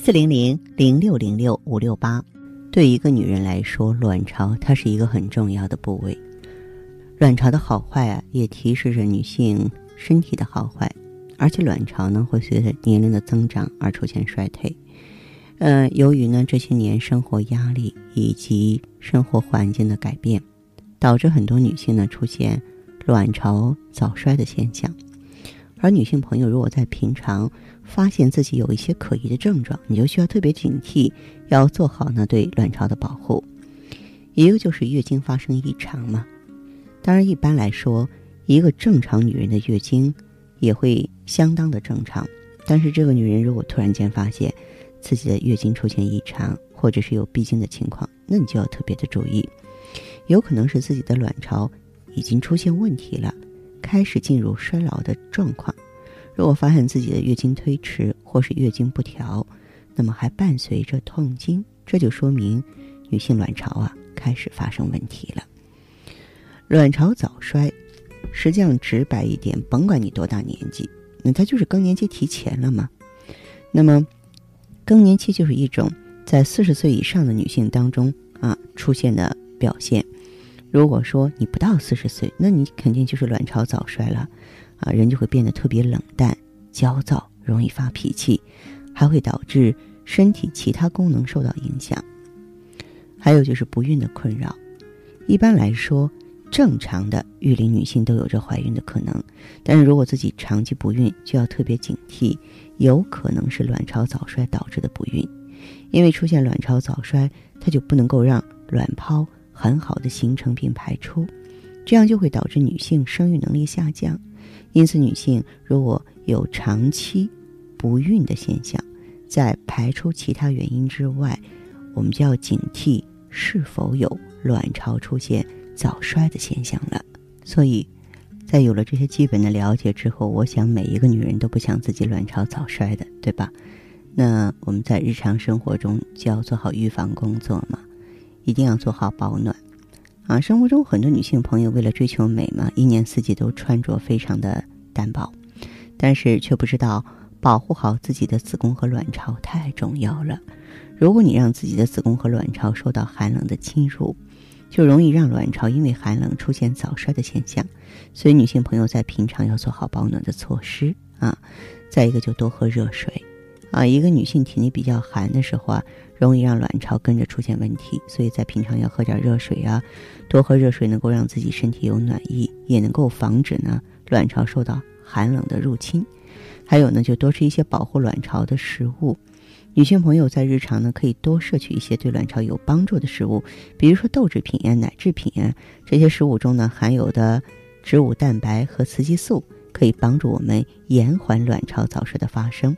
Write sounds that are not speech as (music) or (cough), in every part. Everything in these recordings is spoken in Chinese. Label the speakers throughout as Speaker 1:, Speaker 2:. Speaker 1: 四零零零六零六五六八，对一个女人来说，卵巢它是一个很重要的部位。卵巢的好坏啊，也提示着女性身体的好坏，而且卵巢呢会随着年龄的增长而出现衰退。呃，由于呢这些年生活压力以及生活环境的改变，导致很多女性呢出现卵巢早衰的现象。而女性朋友如果在平常发现自己有一些可疑的症状，你就需要特别警惕，要做好呢对卵巢的保护。一个就是月经发生异常嘛，当然一般来说，一个正常女人的月经也会相当的正常，但是这个女人如果突然间发现自己的月经出现异常，或者是有闭经的情况，那你就要特别的注意，有可能是自己的卵巢已经出现问题了。开始进入衰老的状况，如果发现自己的月经推迟或是月经不调，那么还伴随着痛经，这就说明女性卵巢啊开始发生问题了。卵巢早衰，实际上直白一点，甭管你多大年纪，那它就是更年期提前了嘛。那么，更年期就是一种在四十岁以上的女性当中啊出现的表现。如果说你不到四十岁，那你肯定就是卵巢早衰了，啊，人就会变得特别冷淡、焦躁，容易发脾气，还会导致身体其他功能受到影响。还有就是不孕的困扰，一般来说，正常的育龄女性都有着怀孕的可能，但是如果自己长期不孕，就要特别警惕，有可能是卵巢早衰导致的不孕，因为出现卵巢早衰，它就不能够让卵泡。很好的形成并排出，这样就会导致女性生育能力下降。因此，女性如果有长期不孕的现象，在排除其他原因之外，我们就要警惕是否有卵巢出现早衰的现象了。所以，在有了这些基本的了解之后，我想每一个女人都不想自己卵巢早衰的，对吧？那我们在日常生活中就要做好预防工作嘛。一定要做好保暖，啊，生活中很多女性朋友为了追求美嘛，一年四季都穿着非常的单薄，但是却不知道保护好自己的子宫和卵巢太重要了。如果你让自己的子宫和卵巢受到寒冷的侵入，就容易让卵巢因为寒冷出现早衰的现象。所以，女性朋友在平常要做好保暖的措施啊。再一个，就多喝热水。啊，一个女性体内比较寒的时候啊，容易让卵巢跟着出现问题，所以在平常要喝点热水啊，多喝热水能够让自己身体有暖意，也能够防止呢卵巢受到寒冷的入侵。还有呢，就多吃一些保护卵巢的食物。女性朋友在日常呢，可以多摄取一些对卵巢有帮助的食物，比如说豆制品呀、奶制品呀，这些食物中呢含有的植物蛋白和雌激素，可以帮助我们延缓卵巢早衰的发生。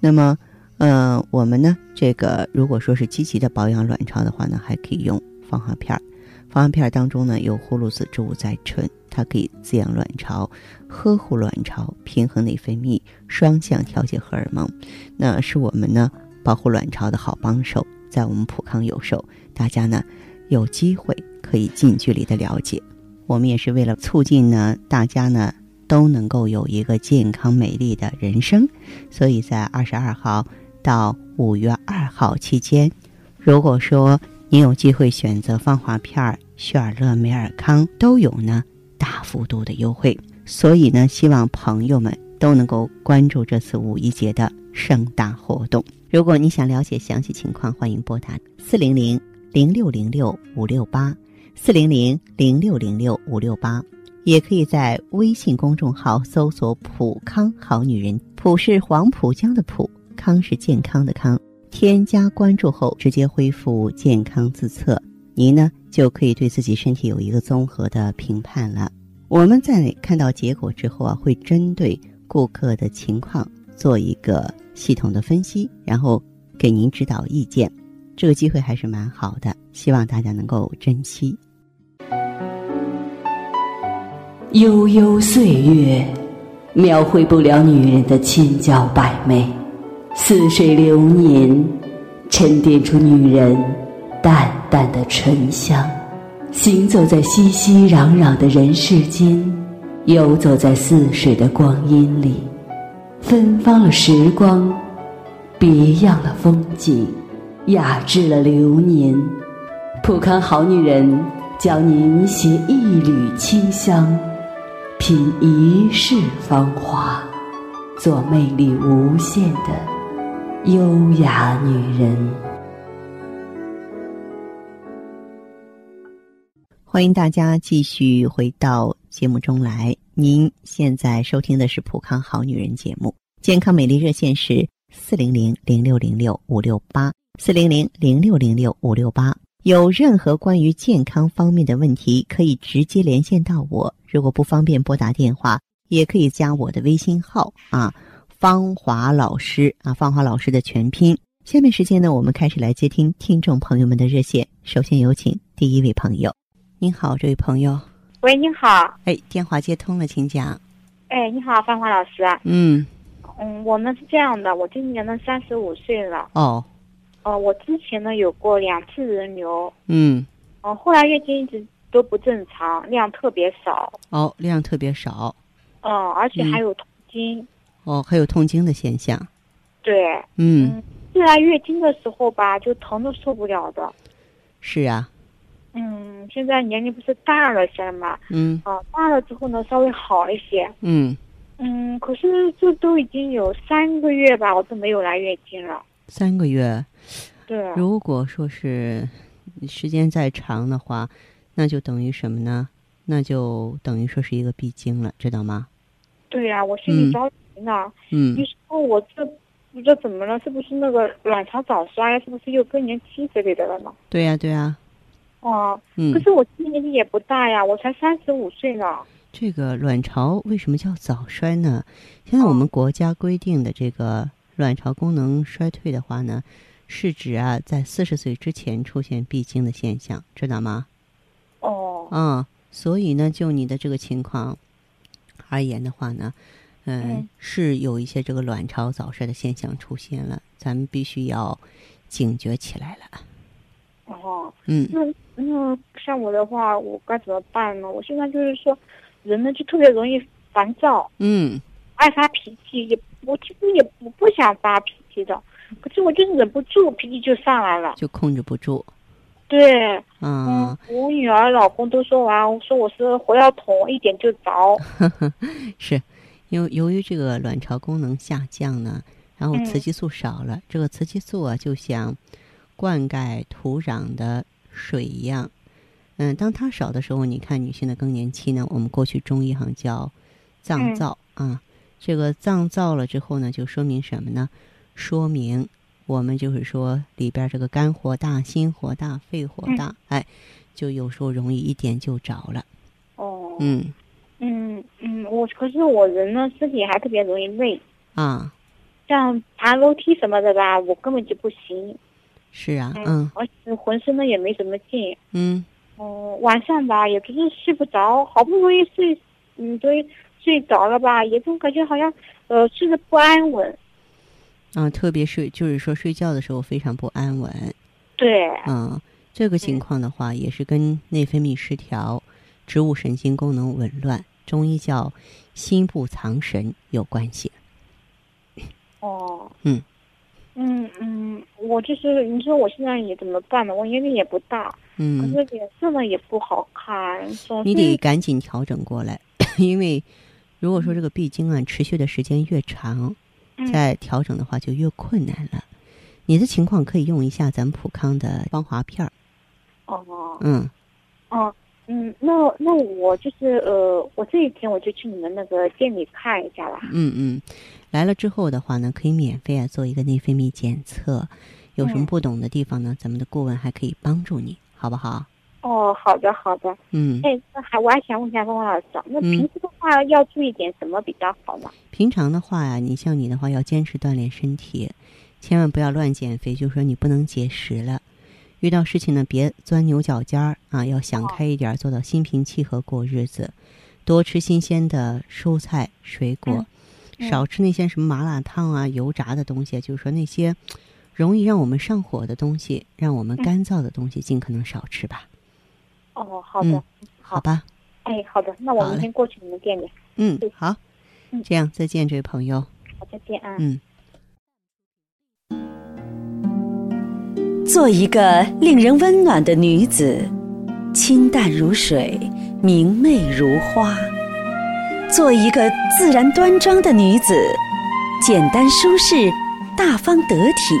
Speaker 1: 那么，呃，我们呢，这个如果说是积极的保养卵巢的话呢，还可以用防滑片儿。防滑片儿当中呢有葫芦籽植物甾醇，它可以滋养卵巢，呵护卵巢，平衡内分泌，双向调节荷尔蒙，那是我们呢保护卵巢的好帮手。在我们普康有售，大家呢有机会可以近距离的了解。我们也是为了促进呢大家呢。都能够有一个健康美丽的人生，所以在二十二号到五月二号期间，如果说你有机会选择芳华片儿、雪尔乐、美尔康，都有呢大幅度的优惠。所以呢，希望朋友们都能够关注这次五一节的盛大活动。如果你想了解详细情况，欢迎拨打四零零零六零六五六八四零零零六零六五六八。也可以在微信公众号搜索“普康好女人”，普是黄浦江的浦，康是健康的康。添加关注后，直接恢复健康自测，您呢就可以对自己身体有一个综合的评判了。我们在看到结果之后啊，会针对顾客的情况做一个系统的分析，然后给您指导意见。这个机会还是蛮好的，希望大家能够珍惜。
Speaker 2: 悠悠岁月，描绘不了女人的千娇百媚；似水流年，沉淀出女人淡淡的醇香。行走在熙熙攘攘的人世间，游走在似水的光阴里，芬芳了时光，别样了风景，雅致了流年。普康好女人教您携一缕清香，品一世芳华，做魅力无限的优雅女人。
Speaker 1: 欢迎大家继续回到节目中来。您现在收听的是《普康好女人》节目，健康美丽热线是四零零零六零六五六八四零零零六零六五六八。有任何关于健康方面的问题，可以直接连线到我。如果不方便拨打电话，也可以加我的微信号啊，芳华老师啊，芳华老师的全拼。下面时间呢，我们开始来接听听众朋友们的热线。首先有请第一位朋友。您好，这位朋友，
Speaker 3: 喂，你好，
Speaker 1: 哎，电话接通了，请讲。
Speaker 3: 哎，你好，芳华老师，
Speaker 1: 嗯，
Speaker 3: 嗯，我们是这样的，我今年呢三十五岁了，
Speaker 1: 哦，
Speaker 3: 呃，我之前呢有过两次人流，
Speaker 1: 嗯，
Speaker 3: 嗯、后来月经一直都不正常，量特别少，
Speaker 1: 哦，量特别少，
Speaker 3: 嗯、而且
Speaker 1: 嗯
Speaker 3: 还有痛经，
Speaker 1: 哦，还有痛经的现象。
Speaker 3: 对，
Speaker 1: 嗯，
Speaker 3: 嗯后来月经的时候吧，就疼的受不了的，
Speaker 1: 是啊，
Speaker 3: 嗯，现在年龄不是大了些嘛，
Speaker 1: 嗯
Speaker 3: 啊、大了之后呢稍微好一些，
Speaker 1: 嗯，
Speaker 3: 嗯，可是这都已经有三个月吧，我都没有来月经了，
Speaker 1: 三个月，
Speaker 3: 对，啊
Speaker 1: 如果说是时间再长的话，那就等于什么呢？那就等于说是一个闭经了，知道吗？
Speaker 3: 对呀、我心里
Speaker 1: 嗯
Speaker 3: 着急呢。
Speaker 1: 嗯
Speaker 3: 你，说我这不知道怎么了，是不是那个卵巢早衰啊呀？是不是又更年期之类的了呢？
Speaker 1: 对呀、对呀、
Speaker 3: 哦、可
Speaker 1: 嗯，
Speaker 3: 是我今年纪也不大呀，我才三十五岁呢。
Speaker 1: 这个卵巢为什么叫早衰呢？现在我们国家规定的这个卵巢功能衰退的话呢，是指啊在四十岁之前出现闭经的现象，知道吗？
Speaker 3: 哦，
Speaker 1: 啊、所以呢，就你的这个情况而言的话呢，嗯，
Speaker 3: 嗯
Speaker 1: 是有一些这个卵巢早衰的现象出现了，咱们必须要警觉起来了。
Speaker 3: 哦，
Speaker 1: 嗯
Speaker 3: 那那像我的话，我该怎么办呢？我现在就是说，人呢就特别容易烦躁，
Speaker 1: 嗯，
Speaker 3: 爱发脾气，也我其实也不不想发脾气的，可是我就是忍不住，脾气就上来了。
Speaker 1: 就控制不住
Speaker 3: 对，
Speaker 1: 啊。
Speaker 3: 嗯，我女儿、老公都说完，说我是火药桶，一点就着。
Speaker 1: 是，由由于这个卵巢功能下降呢，然后雌
Speaker 3: 嗯
Speaker 1: 激素少了，这个雌激素啊就像灌溉土壤的水一样，嗯，当它少的时候，你看女性的更年期呢，我们过去中医行叫脏
Speaker 3: 嗯
Speaker 1: 燥、啊，这个脏燥了之后呢，就说明什么呢？说明我们就是说里边儿这个肝火大、心火大、肺火
Speaker 3: 嗯
Speaker 1: 大，哎，就有时候容易一点就着了，
Speaker 3: 哦，
Speaker 1: 嗯
Speaker 3: 嗯，嗯，我可是我人呢，身体还特别容易累，
Speaker 1: 啊，
Speaker 3: 像爬楼梯什么的吧，我根本就不行，
Speaker 1: 是啊，
Speaker 3: 嗯，
Speaker 1: 嗯
Speaker 3: 而且浑身呢也没什么劲，
Speaker 1: 嗯。
Speaker 3: 嗯，晚上吧也不是睡不着，好不容易睡，嗯，对，睡着了吧，也总感觉好像呃睡得不安稳，
Speaker 1: 啊，特别睡就是说睡觉的时候非常不安稳
Speaker 3: 对，
Speaker 1: 啊，这个情
Speaker 3: 嗯
Speaker 1: 况的话也是跟内分泌失调、植物神经功能紊乱，中医叫心不藏神有关系。
Speaker 3: 哦，
Speaker 1: 嗯，
Speaker 3: 嗯嗯，我就是你说我现在也怎么办呢？我年龄也不大，可
Speaker 1: 嗯，
Speaker 3: 是脸色呢也不好看，总
Speaker 1: 你
Speaker 3: 是
Speaker 1: 得赶紧调整过来， (coughs) 因为如果说这个闭经啊持续的时间越长，
Speaker 3: 嗯
Speaker 1: 再调整的话就越困难了。你的情况可以用一下咱们普康的芳华片儿，
Speaker 3: 哦。
Speaker 1: 嗯
Speaker 3: 哦，嗯，那那我就是呃，我这一天我就去你们那个店里看一下吧。
Speaker 1: 嗯，嗯，来了之后的话呢，可以免费啊做一个内分泌检测，有什么
Speaker 3: 嗯
Speaker 1: 不懂的地方呢，咱们的顾问还可以帮助你，好不好？
Speaker 3: 哦，好的好的。
Speaker 1: 嗯，
Speaker 3: 哎，那还我还想问一下汪汪老师啊，那
Speaker 1: 嗯
Speaker 3: 平时的话要注意点什么比较好呢？
Speaker 1: 平常的话呀、你像你的话要坚持锻炼身体，千万不要乱减肥，就是说你不能节食了，遇到事情呢，别钻牛角尖儿啊，要想开一点儿，做到心平气和过日子，多吃新鲜的蔬菜水果，
Speaker 3: 嗯
Speaker 1: 少吃那些什么麻辣烫啊、油炸的东西，就是说那些容易让我们上火的东西，让我们
Speaker 3: 嗯
Speaker 1: 干燥的东西，尽可能少吃吧，
Speaker 3: 哦，好
Speaker 1: 嗯
Speaker 3: 的，
Speaker 1: 好吧？
Speaker 3: 哎，好的，那我
Speaker 1: 好
Speaker 3: 明
Speaker 1: 嘞
Speaker 3: 天过去你们店里，
Speaker 1: 嗯
Speaker 3: 对，
Speaker 1: 好
Speaker 3: 嗯，
Speaker 1: 这样再见，这位朋友。
Speaker 3: 好，再见啊。
Speaker 1: 嗯，
Speaker 4: 做一个令人温暖的女子，清淡如水，明媚如花；做一个自然端庄的女子，简单舒适，大方得体；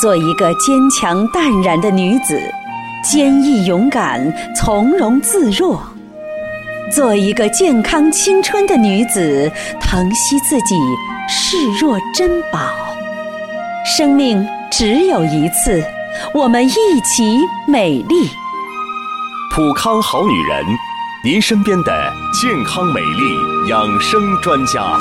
Speaker 4: 做一个坚强淡然的女子，坚毅勇敢，从容自若；做一个健康青春的女子，疼惜自己，视若珍宝。生命只有一次，我们一起美丽。
Speaker 5: 普康好女人，您身边的健康美丽养生专家。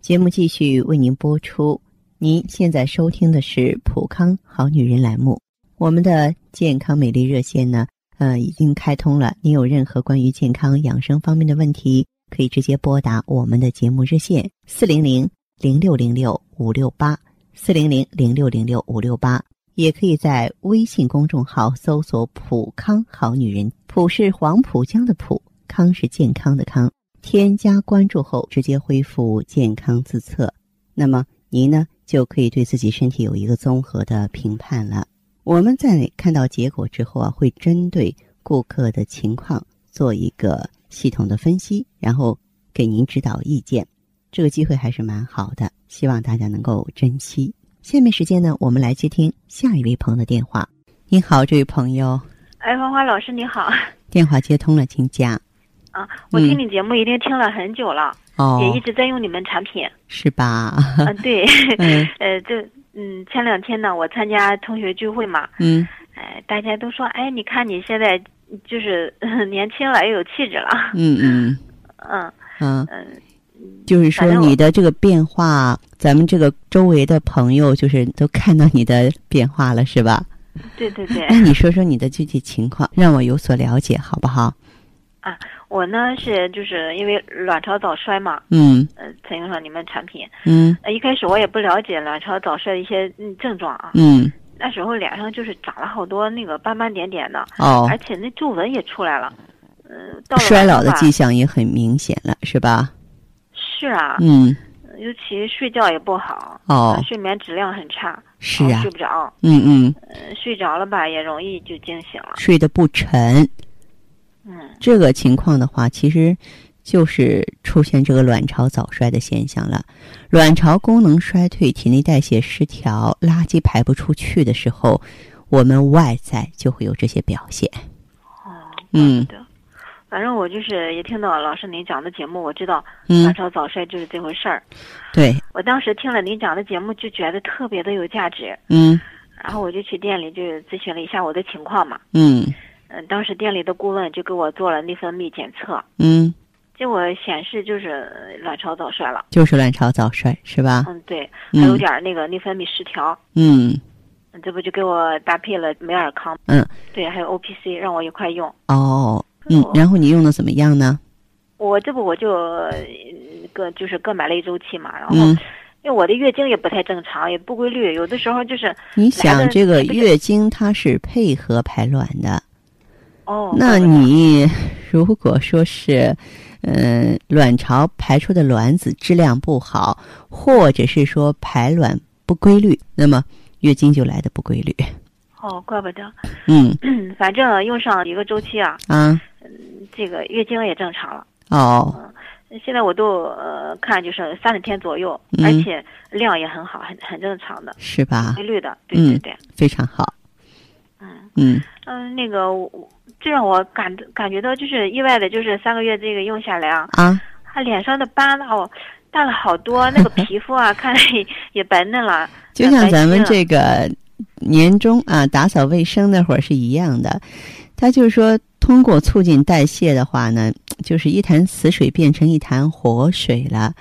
Speaker 1: 节目继续为您播出。您现在收听的是《普康好女人》栏目，我们的健康美丽热线呢，呃，已经开通了。您有任何关于健康养生方面的问题，可以直接拨打我们的节目热线四零零零六零六五六八四零零零六零六五六八，也可以在微信公众号搜索“普康好女人”，普是黄浦江的浦，康是健康的康。添加关注后，直接恢复健康自测，那么您呢就可以对自己身体有一个综合的评判了。我们在看到结果之后啊，会针对顾客的情况做一个系统的分析，然后给您指导意见。这个机会还是蛮好的，希望大家能够珍惜。下面时间呢，我们来接听下一位朋友的电话。你好，这位朋友，
Speaker 6: 哎，花花老师你好
Speaker 1: 电话接通了，请讲。
Speaker 6: 啊！我
Speaker 1: 嗯
Speaker 6: 听你节目已经听了很久了，
Speaker 1: 哦
Speaker 6: 也，一直在用你们产品。
Speaker 1: 是吧？
Speaker 6: 嗯、对，
Speaker 1: 嗯
Speaker 6: (laughs) 呃，这嗯，前两天呢，我参加同学聚会嘛，
Speaker 1: 嗯，
Speaker 6: 哎、大家都说，哎，你看你现在就是、 (laughs) 年轻了，又有气质了， (laughs)
Speaker 1: 嗯嗯
Speaker 6: 嗯
Speaker 1: 嗯，
Speaker 6: 嗯
Speaker 1: 就是说
Speaker 6: 反正我
Speaker 1: 你的这个变化，咱们这个周围的朋友就是都看到你的变化了，是吧？
Speaker 6: 对对
Speaker 1: (laughs)
Speaker 6: 对，
Speaker 1: 那你说说你的具体情况，让我有所了解，好不好？
Speaker 6: 我呢是就是因为卵巢早衰嘛，
Speaker 1: 嗯
Speaker 6: 呃，采用了你们产品。
Speaker 1: 嗯
Speaker 6: 呃，一开始我也不了解卵巢早衰的一些嗯症状啊，
Speaker 1: 嗯，
Speaker 6: 那时候脸上就是长了好多那个斑斑点点的，
Speaker 1: 哦
Speaker 6: 而，且那皱纹也出来了。嗯、到了
Speaker 1: 衰老的
Speaker 6: 晚上吧
Speaker 1: 迹象也很明显了，是吧？
Speaker 6: 是啊，
Speaker 1: 嗯，
Speaker 6: 尤其睡觉也不好，
Speaker 1: 哦
Speaker 6: 呃睡眠质量很差，
Speaker 1: 是
Speaker 6: 然后
Speaker 1: 啊
Speaker 6: 睡，不着，
Speaker 1: 嗯嗯，
Speaker 6: 呃睡着了吧也容易就惊醒了。
Speaker 1: 睡得不沉，
Speaker 6: 嗯，
Speaker 1: 这个情况的话，其实就是出现这个卵巢早衰的现象了。卵巢功能衰退、体内代谢失调、垃圾排不出去的时候，我们外在就会有这些表现。
Speaker 6: 哦，
Speaker 1: 嗯
Speaker 6: 对。反正我就是也听到老师您讲的节目，我知道
Speaker 1: 嗯
Speaker 6: 卵，巢早衰就是这回事儿。
Speaker 1: 对，
Speaker 6: 我当时听了您讲的节目，就觉得特别的有价值，
Speaker 1: 嗯
Speaker 6: 然后我就去店里就咨询了一下我的情况嘛。
Speaker 1: 嗯
Speaker 6: 嗯，当时店里的顾问就给我做了内分泌检测，
Speaker 1: 嗯，
Speaker 6: 结果显示就是呃卵巢早衰了。
Speaker 1: 就是卵巢早衰是吧？
Speaker 6: 嗯，对，还有
Speaker 1: 嗯
Speaker 6: 点儿那个内分泌失调。
Speaker 1: 嗯
Speaker 6: 这不就给我搭配了美尔康，
Speaker 1: 嗯，
Speaker 6: 对，还有 O P C 让我一块用。
Speaker 1: 哦嗯，然后你用的怎么样呢？
Speaker 6: 我这不我就呃各就是各买了一周期嘛，然后
Speaker 1: 嗯，
Speaker 6: 因为我的月经也不太正常，也不规律，有的时候就是
Speaker 1: 你
Speaker 6: 来
Speaker 1: 想
Speaker 6: 的
Speaker 1: 这个
Speaker 6: 不是
Speaker 1: 月经它是配合排卵的，
Speaker 6: 哦，
Speaker 1: 那
Speaker 6: 怪不得
Speaker 1: 你如果说是，嗯、卵巢排出的卵子质量不好，或者是说排卵不规律，那么月经就来的不规律。
Speaker 6: 哦，怪不得，
Speaker 1: 嗯
Speaker 6: 嗯反正用上一个周期啊，
Speaker 1: 啊，
Speaker 6: 这个月经也正常了。
Speaker 1: 哦，
Speaker 6: 现在我都呃看就是三十天左右，
Speaker 1: 嗯
Speaker 6: 而且量也很好，很很正常的，
Speaker 1: 是吧
Speaker 6: 规？律的，对
Speaker 1: 嗯
Speaker 6: 对对，
Speaker 1: 非常好。
Speaker 6: 嗯
Speaker 1: 嗯
Speaker 6: 嗯，那个我我这让我感感觉到就是意外的，就是三个月这个用下来啊，
Speaker 1: 啊，
Speaker 6: 他脸上的斑哦，淡了好多，那个皮肤啊， (laughs) 看着也也白嫩了。
Speaker 1: 就像
Speaker 6: 那白啊
Speaker 1: 咱们
Speaker 6: 皙了
Speaker 1: 这个年终啊打扫卫生那会儿是一样的，它就是说通过促进代谢的话呢，就是一潭死水变成一潭活水了。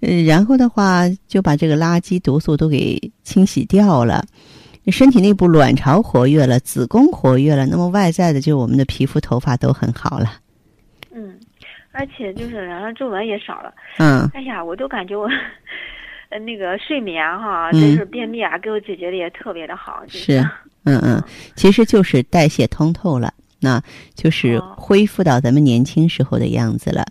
Speaker 1: 呃，然后的话就把这个垃圾毒素都给清洗掉了。身体内部卵巢活跃了，子宫活跃了，那么外在的就是我们的皮肤、头发都很好了。
Speaker 6: 嗯，而且就是然后皱纹也少了。
Speaker 1: 嗯，
Speaker 6: 哎呀，我都感觉我，呃，那个睡眠哈，
Speaker 1: 嗯，
Speaker 6: 真是便秘啊，给我解决的也特别的好。就是 (laughs)
Speaker 1: 嗯嗯，其实就是代谢通透了，那就是
Speaker 6: 哦
Speaker 1: 恢复到咱们年轻时候的样子了。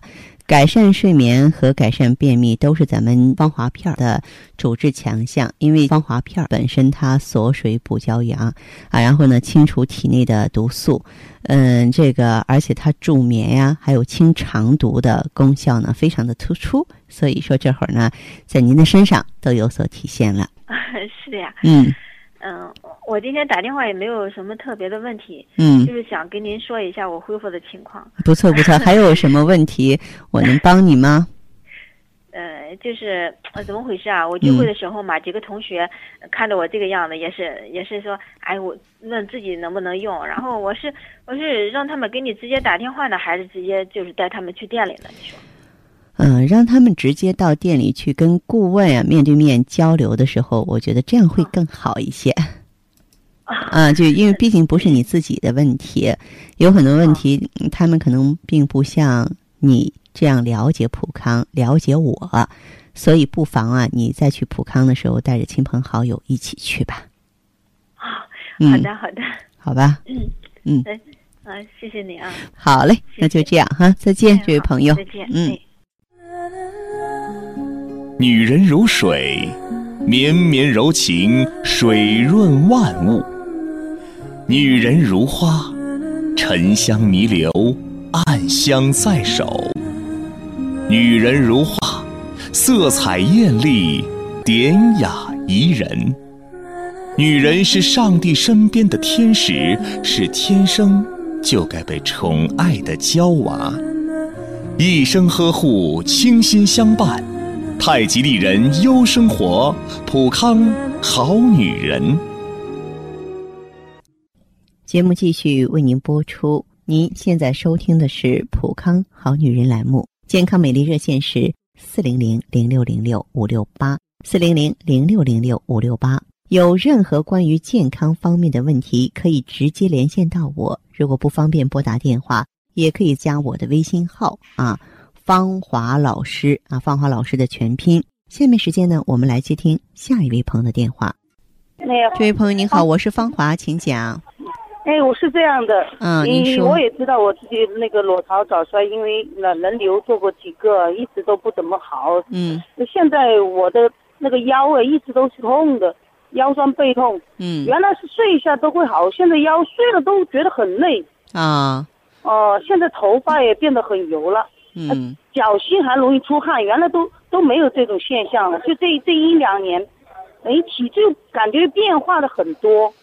Speaker 1: 改善睡眠和改善便秘都是咱们芳华片儿的主治强项，因为芳华片儿本身它锁水补胶原啊，然后呢清除体内的毒素，嗯，这个而且它助眠呀、还有清肠毒的功效呢，非常的突出，所以说这会儿呢，在您的身上都有所体现了。
Speaker 6: 是的呀，
Speaker 1: 嗯
Speaker 6: 嗯，我今天打电话也没有什么特别的问题，
Speaker 1: 嗯
Speaker 6: 就，是想跟您说一下我恢复的情况。
Speaker 1: 不错不错，还有什么问题我能帮你
Speaker 6: (laughs)
Speaker 1: 吗？
Speaker 6: 呃，就是呃，怎么回事啊？我聚
Speaker 1: 嗯
Speaker 6: 会的时候嘛，几个同学呃看着我这个样子，也是也是说，哎，我问自己能不能用。然后我是我是让他们给你直接打电话呢，还是直接就是带他们去店里呢？你说，
Speaker 1: 嗯，让他们直接到店里去跟顾问啊面对面交流的时候，我觉得这样会更好一些。啊，就因为毕竟不是你自己的问题，有很多问题嗯他们可能并不像你这样了解普康、了解我，所以不妨啊，你再去普康的时候带着亲朋好友一起去吧。嗯
Speaker 6: 啊好的好的，
Speaker 1: 好吧，
Speaker 6: 嗯、谢谢你啊，
Speaker 1: 好嘞，那就这样哈，再见，这位朋友
Speaker 6: 哎好。再见，
Speaker 1: 嗯
Speaker 6: 哎。
Speaker 5: 女人如水，绵绵柔情，水润万物；女人如花，沉香弥留，暗香在手；女人如画，色彩艳丽，典雅宜人。女人是上帝身边的天使，是天生就该被宠爱的娇娃，一生呵护，倾心相伴。太极丽人优生活，普康好女人。
Speaker 1: 节目继续为您播出。您现在收听的是《普康好女人》栏目，健康美丽热线是四零零零六零六五六八四零零零六零六五六八。有任何关于健康方面的问题，可以直接连线到我。如果不方便拨打电话，也可以加我的微信号啊，芳华老师啊，芳华老师的全拼。下面时间呢，我们来接听下一位朋友的电话。
Speaker 7: 那个，
Speaker 1: 这位朋友您好，我是芳华，请讲。
Speaker 7: 哎，我是这样的，
Speaker 1: 嗯，
Speaker 7: 因
Speaker 1: 您
Speaker 7: 为
Speaker 1: 说。
Speaker 7: 我也知道我自己那个卵巢早衰，因为那人流做过几个，一直都不怎么好。
Speaker 1: 嗯
Speaker 7: 现在我的那个腰啊，一直都是痛的，腰酸背痛。
Speaker 1: 嗯
Speaker 7: 原来是睡一下都会好，现在腰睡了都觉得很累。
Speaker 1: 啊
Speaker 7: 哦、现在头发也变得很油了，
Speaker 1: 嗯
Speaker 7: 脚心还容易出汗，原来都都没有这种现象了，就这这一两年，哎，体质感觉变化的很多。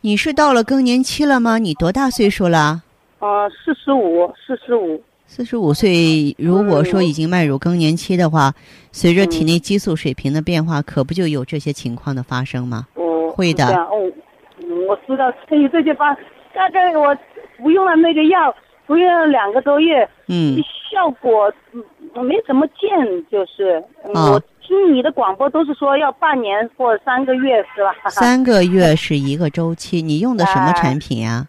Speaker 1: 你是到了更年期了吗？你多大岁数了？
Speaker 7: 呃，四十五，四十五。
Speaker 1: 四十五岁，如果说已经迈入更年期的话，随着体内激素水平的变化，可不就有这些情况的发生吗？
Speaker 7: 哦，
Speaker 1: 会的
Speaker 7: 是这样哦，我知道，所以这就把大概我服用了那个药，服用了两个多月，
Speaker 1: 嗯
Speaker 7: 效果嗯没怎么见，就是、嗯
Speaker 1: 啊
Speaker 7: 我听你的广播都是说要半年或三个月是吧？
Speaker 1: 三个月是一个周期，你用的什么产品呀、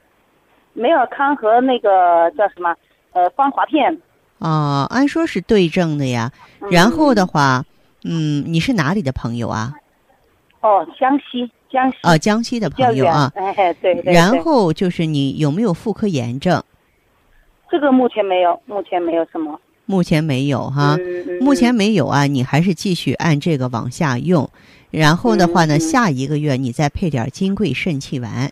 Speaker 7: 没有康和那个叫什么呃芳华片，
Speaker 1: 哦，按说是对症的呀。
Speaker 7: 嗯
Speaker 1: 然后的话，嗯，你是哪里的朋友啊？
Speaker 7: 哦江西江西
Speaker 1: 啊，江西的
Speaker 7: 比较
Speaker 1: 朋友
Speaker 7: 远，
Speaker 1: 啊。
Speaker 7: 哎对对对，
Speaker 1: 然后就是你有没有妇科炎症？
Speaker 7: 这个目前没有，目前没有什么
Speaker 1: 目前没有哈。
Speaker 7: 嗯嗯
Speaker 1: 啊目前
Speaker 7: 嗯
Speaker 1: 没有啊，你还是继续按这个往下用。然后的话呢，
Speaker 7: 嗯嗯
Speaker 1: 下一个月你再配点金匮肾气丸，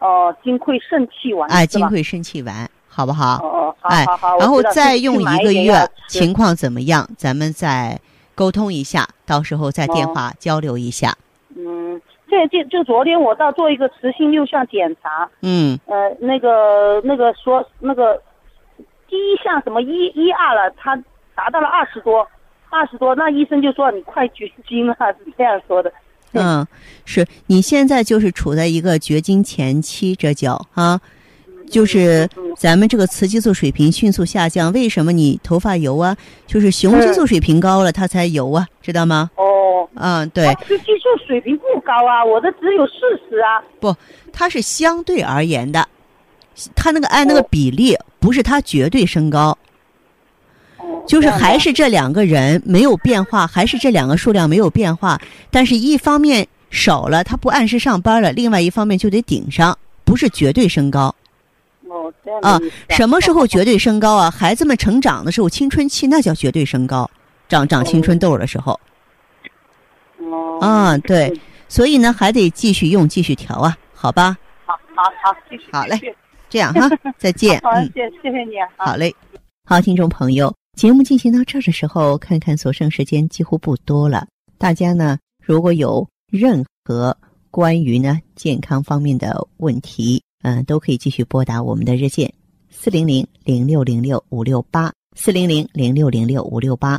Speaker 7: 哦金匮肾气丸
Speaker 1: 哎，
Speaker 7: 是
Speaker 1: 金
Speaker 7: 吧
Speaker 1: 匮肾气丸，好不好？
Speaker 7: 哦哦好
Speaker 1: 哎
Speaker 7: 好好，我
Speaker 1: 然后
Speaker 7: 知道
Speaker 1: 再
Speaker 7: 去
Speaker 1: 用
Speaker 7: 去买
Speaker 1: 个
Speaker 7: 点
Speaker 1: 月
Speaker 7: 药吃
Speaker 1: 情况怎么样，咱们再沟通一下，到时候再电话交流一下。
Speaker 7: 嗯，这就就昨天我到做一个雌性六项检查，
Speaker 1: 嗯
Speaker 7: 呃，那个那个说那个第一项什么一一二了，他达到了二十多，二十多，那医生就说你快绝经了， (laughs) 是这样说的。对
Speaker 1: 嗯，是你现在就是处在一个绝经前期，这叫啊。就是咱们这个雌激素水平迅速下降，为什么你头发油啊？就是雄激素水平高了，它才油啊，知道吗？
Speaker 7: 哦，
Speaker 1: 嗯，对，
Speaker 7: 雌激素水平不高啊，我的只有四十啊。
Speaker 1: 不，它是相对而言的，它那个按那个比例，不是它绝对升高，
Speaker 7: 哦
Speaker 1: 就是
Speaker 7: 这样的
Speaker 1: 还是这两个人没有变化，还是这两个数量没有变化，但是一方面少了，他不按时上班了，另外一方面就得顶上，不是绝对升高。
Speaker 7: 哦，这样的
Speaker 1: 啊
Speaker 7: 意思，
Speaker 1: 什么时候绝对升高啊？孩子们成长的时候，青春期那叫绝对升高，长长青春痘的时候
Speaker 7: 哦，
Speaker 1: 啊，对，所以呢还得继续用，继续调啊，好吧？
Speaker 7: 好好好，继续
Speaker 1: 好嘞
Speaker 7: 继续。
Speaker 1: 这样哈，再见
Speaker 7: (laughs) 好，
Speaker 1: 嗯，
Speaker 7: 谢谢谢你啊。
Speaker 1: 好嘞，好，听众朋友，节目进行到这儿的时候，看看所剩时间几乎不多了。大家呢，如果有任何关于呢健康方面的问题，嗯、都可以继续拨打我们的热线四零零零六零六五六八四零零零六零六五六八，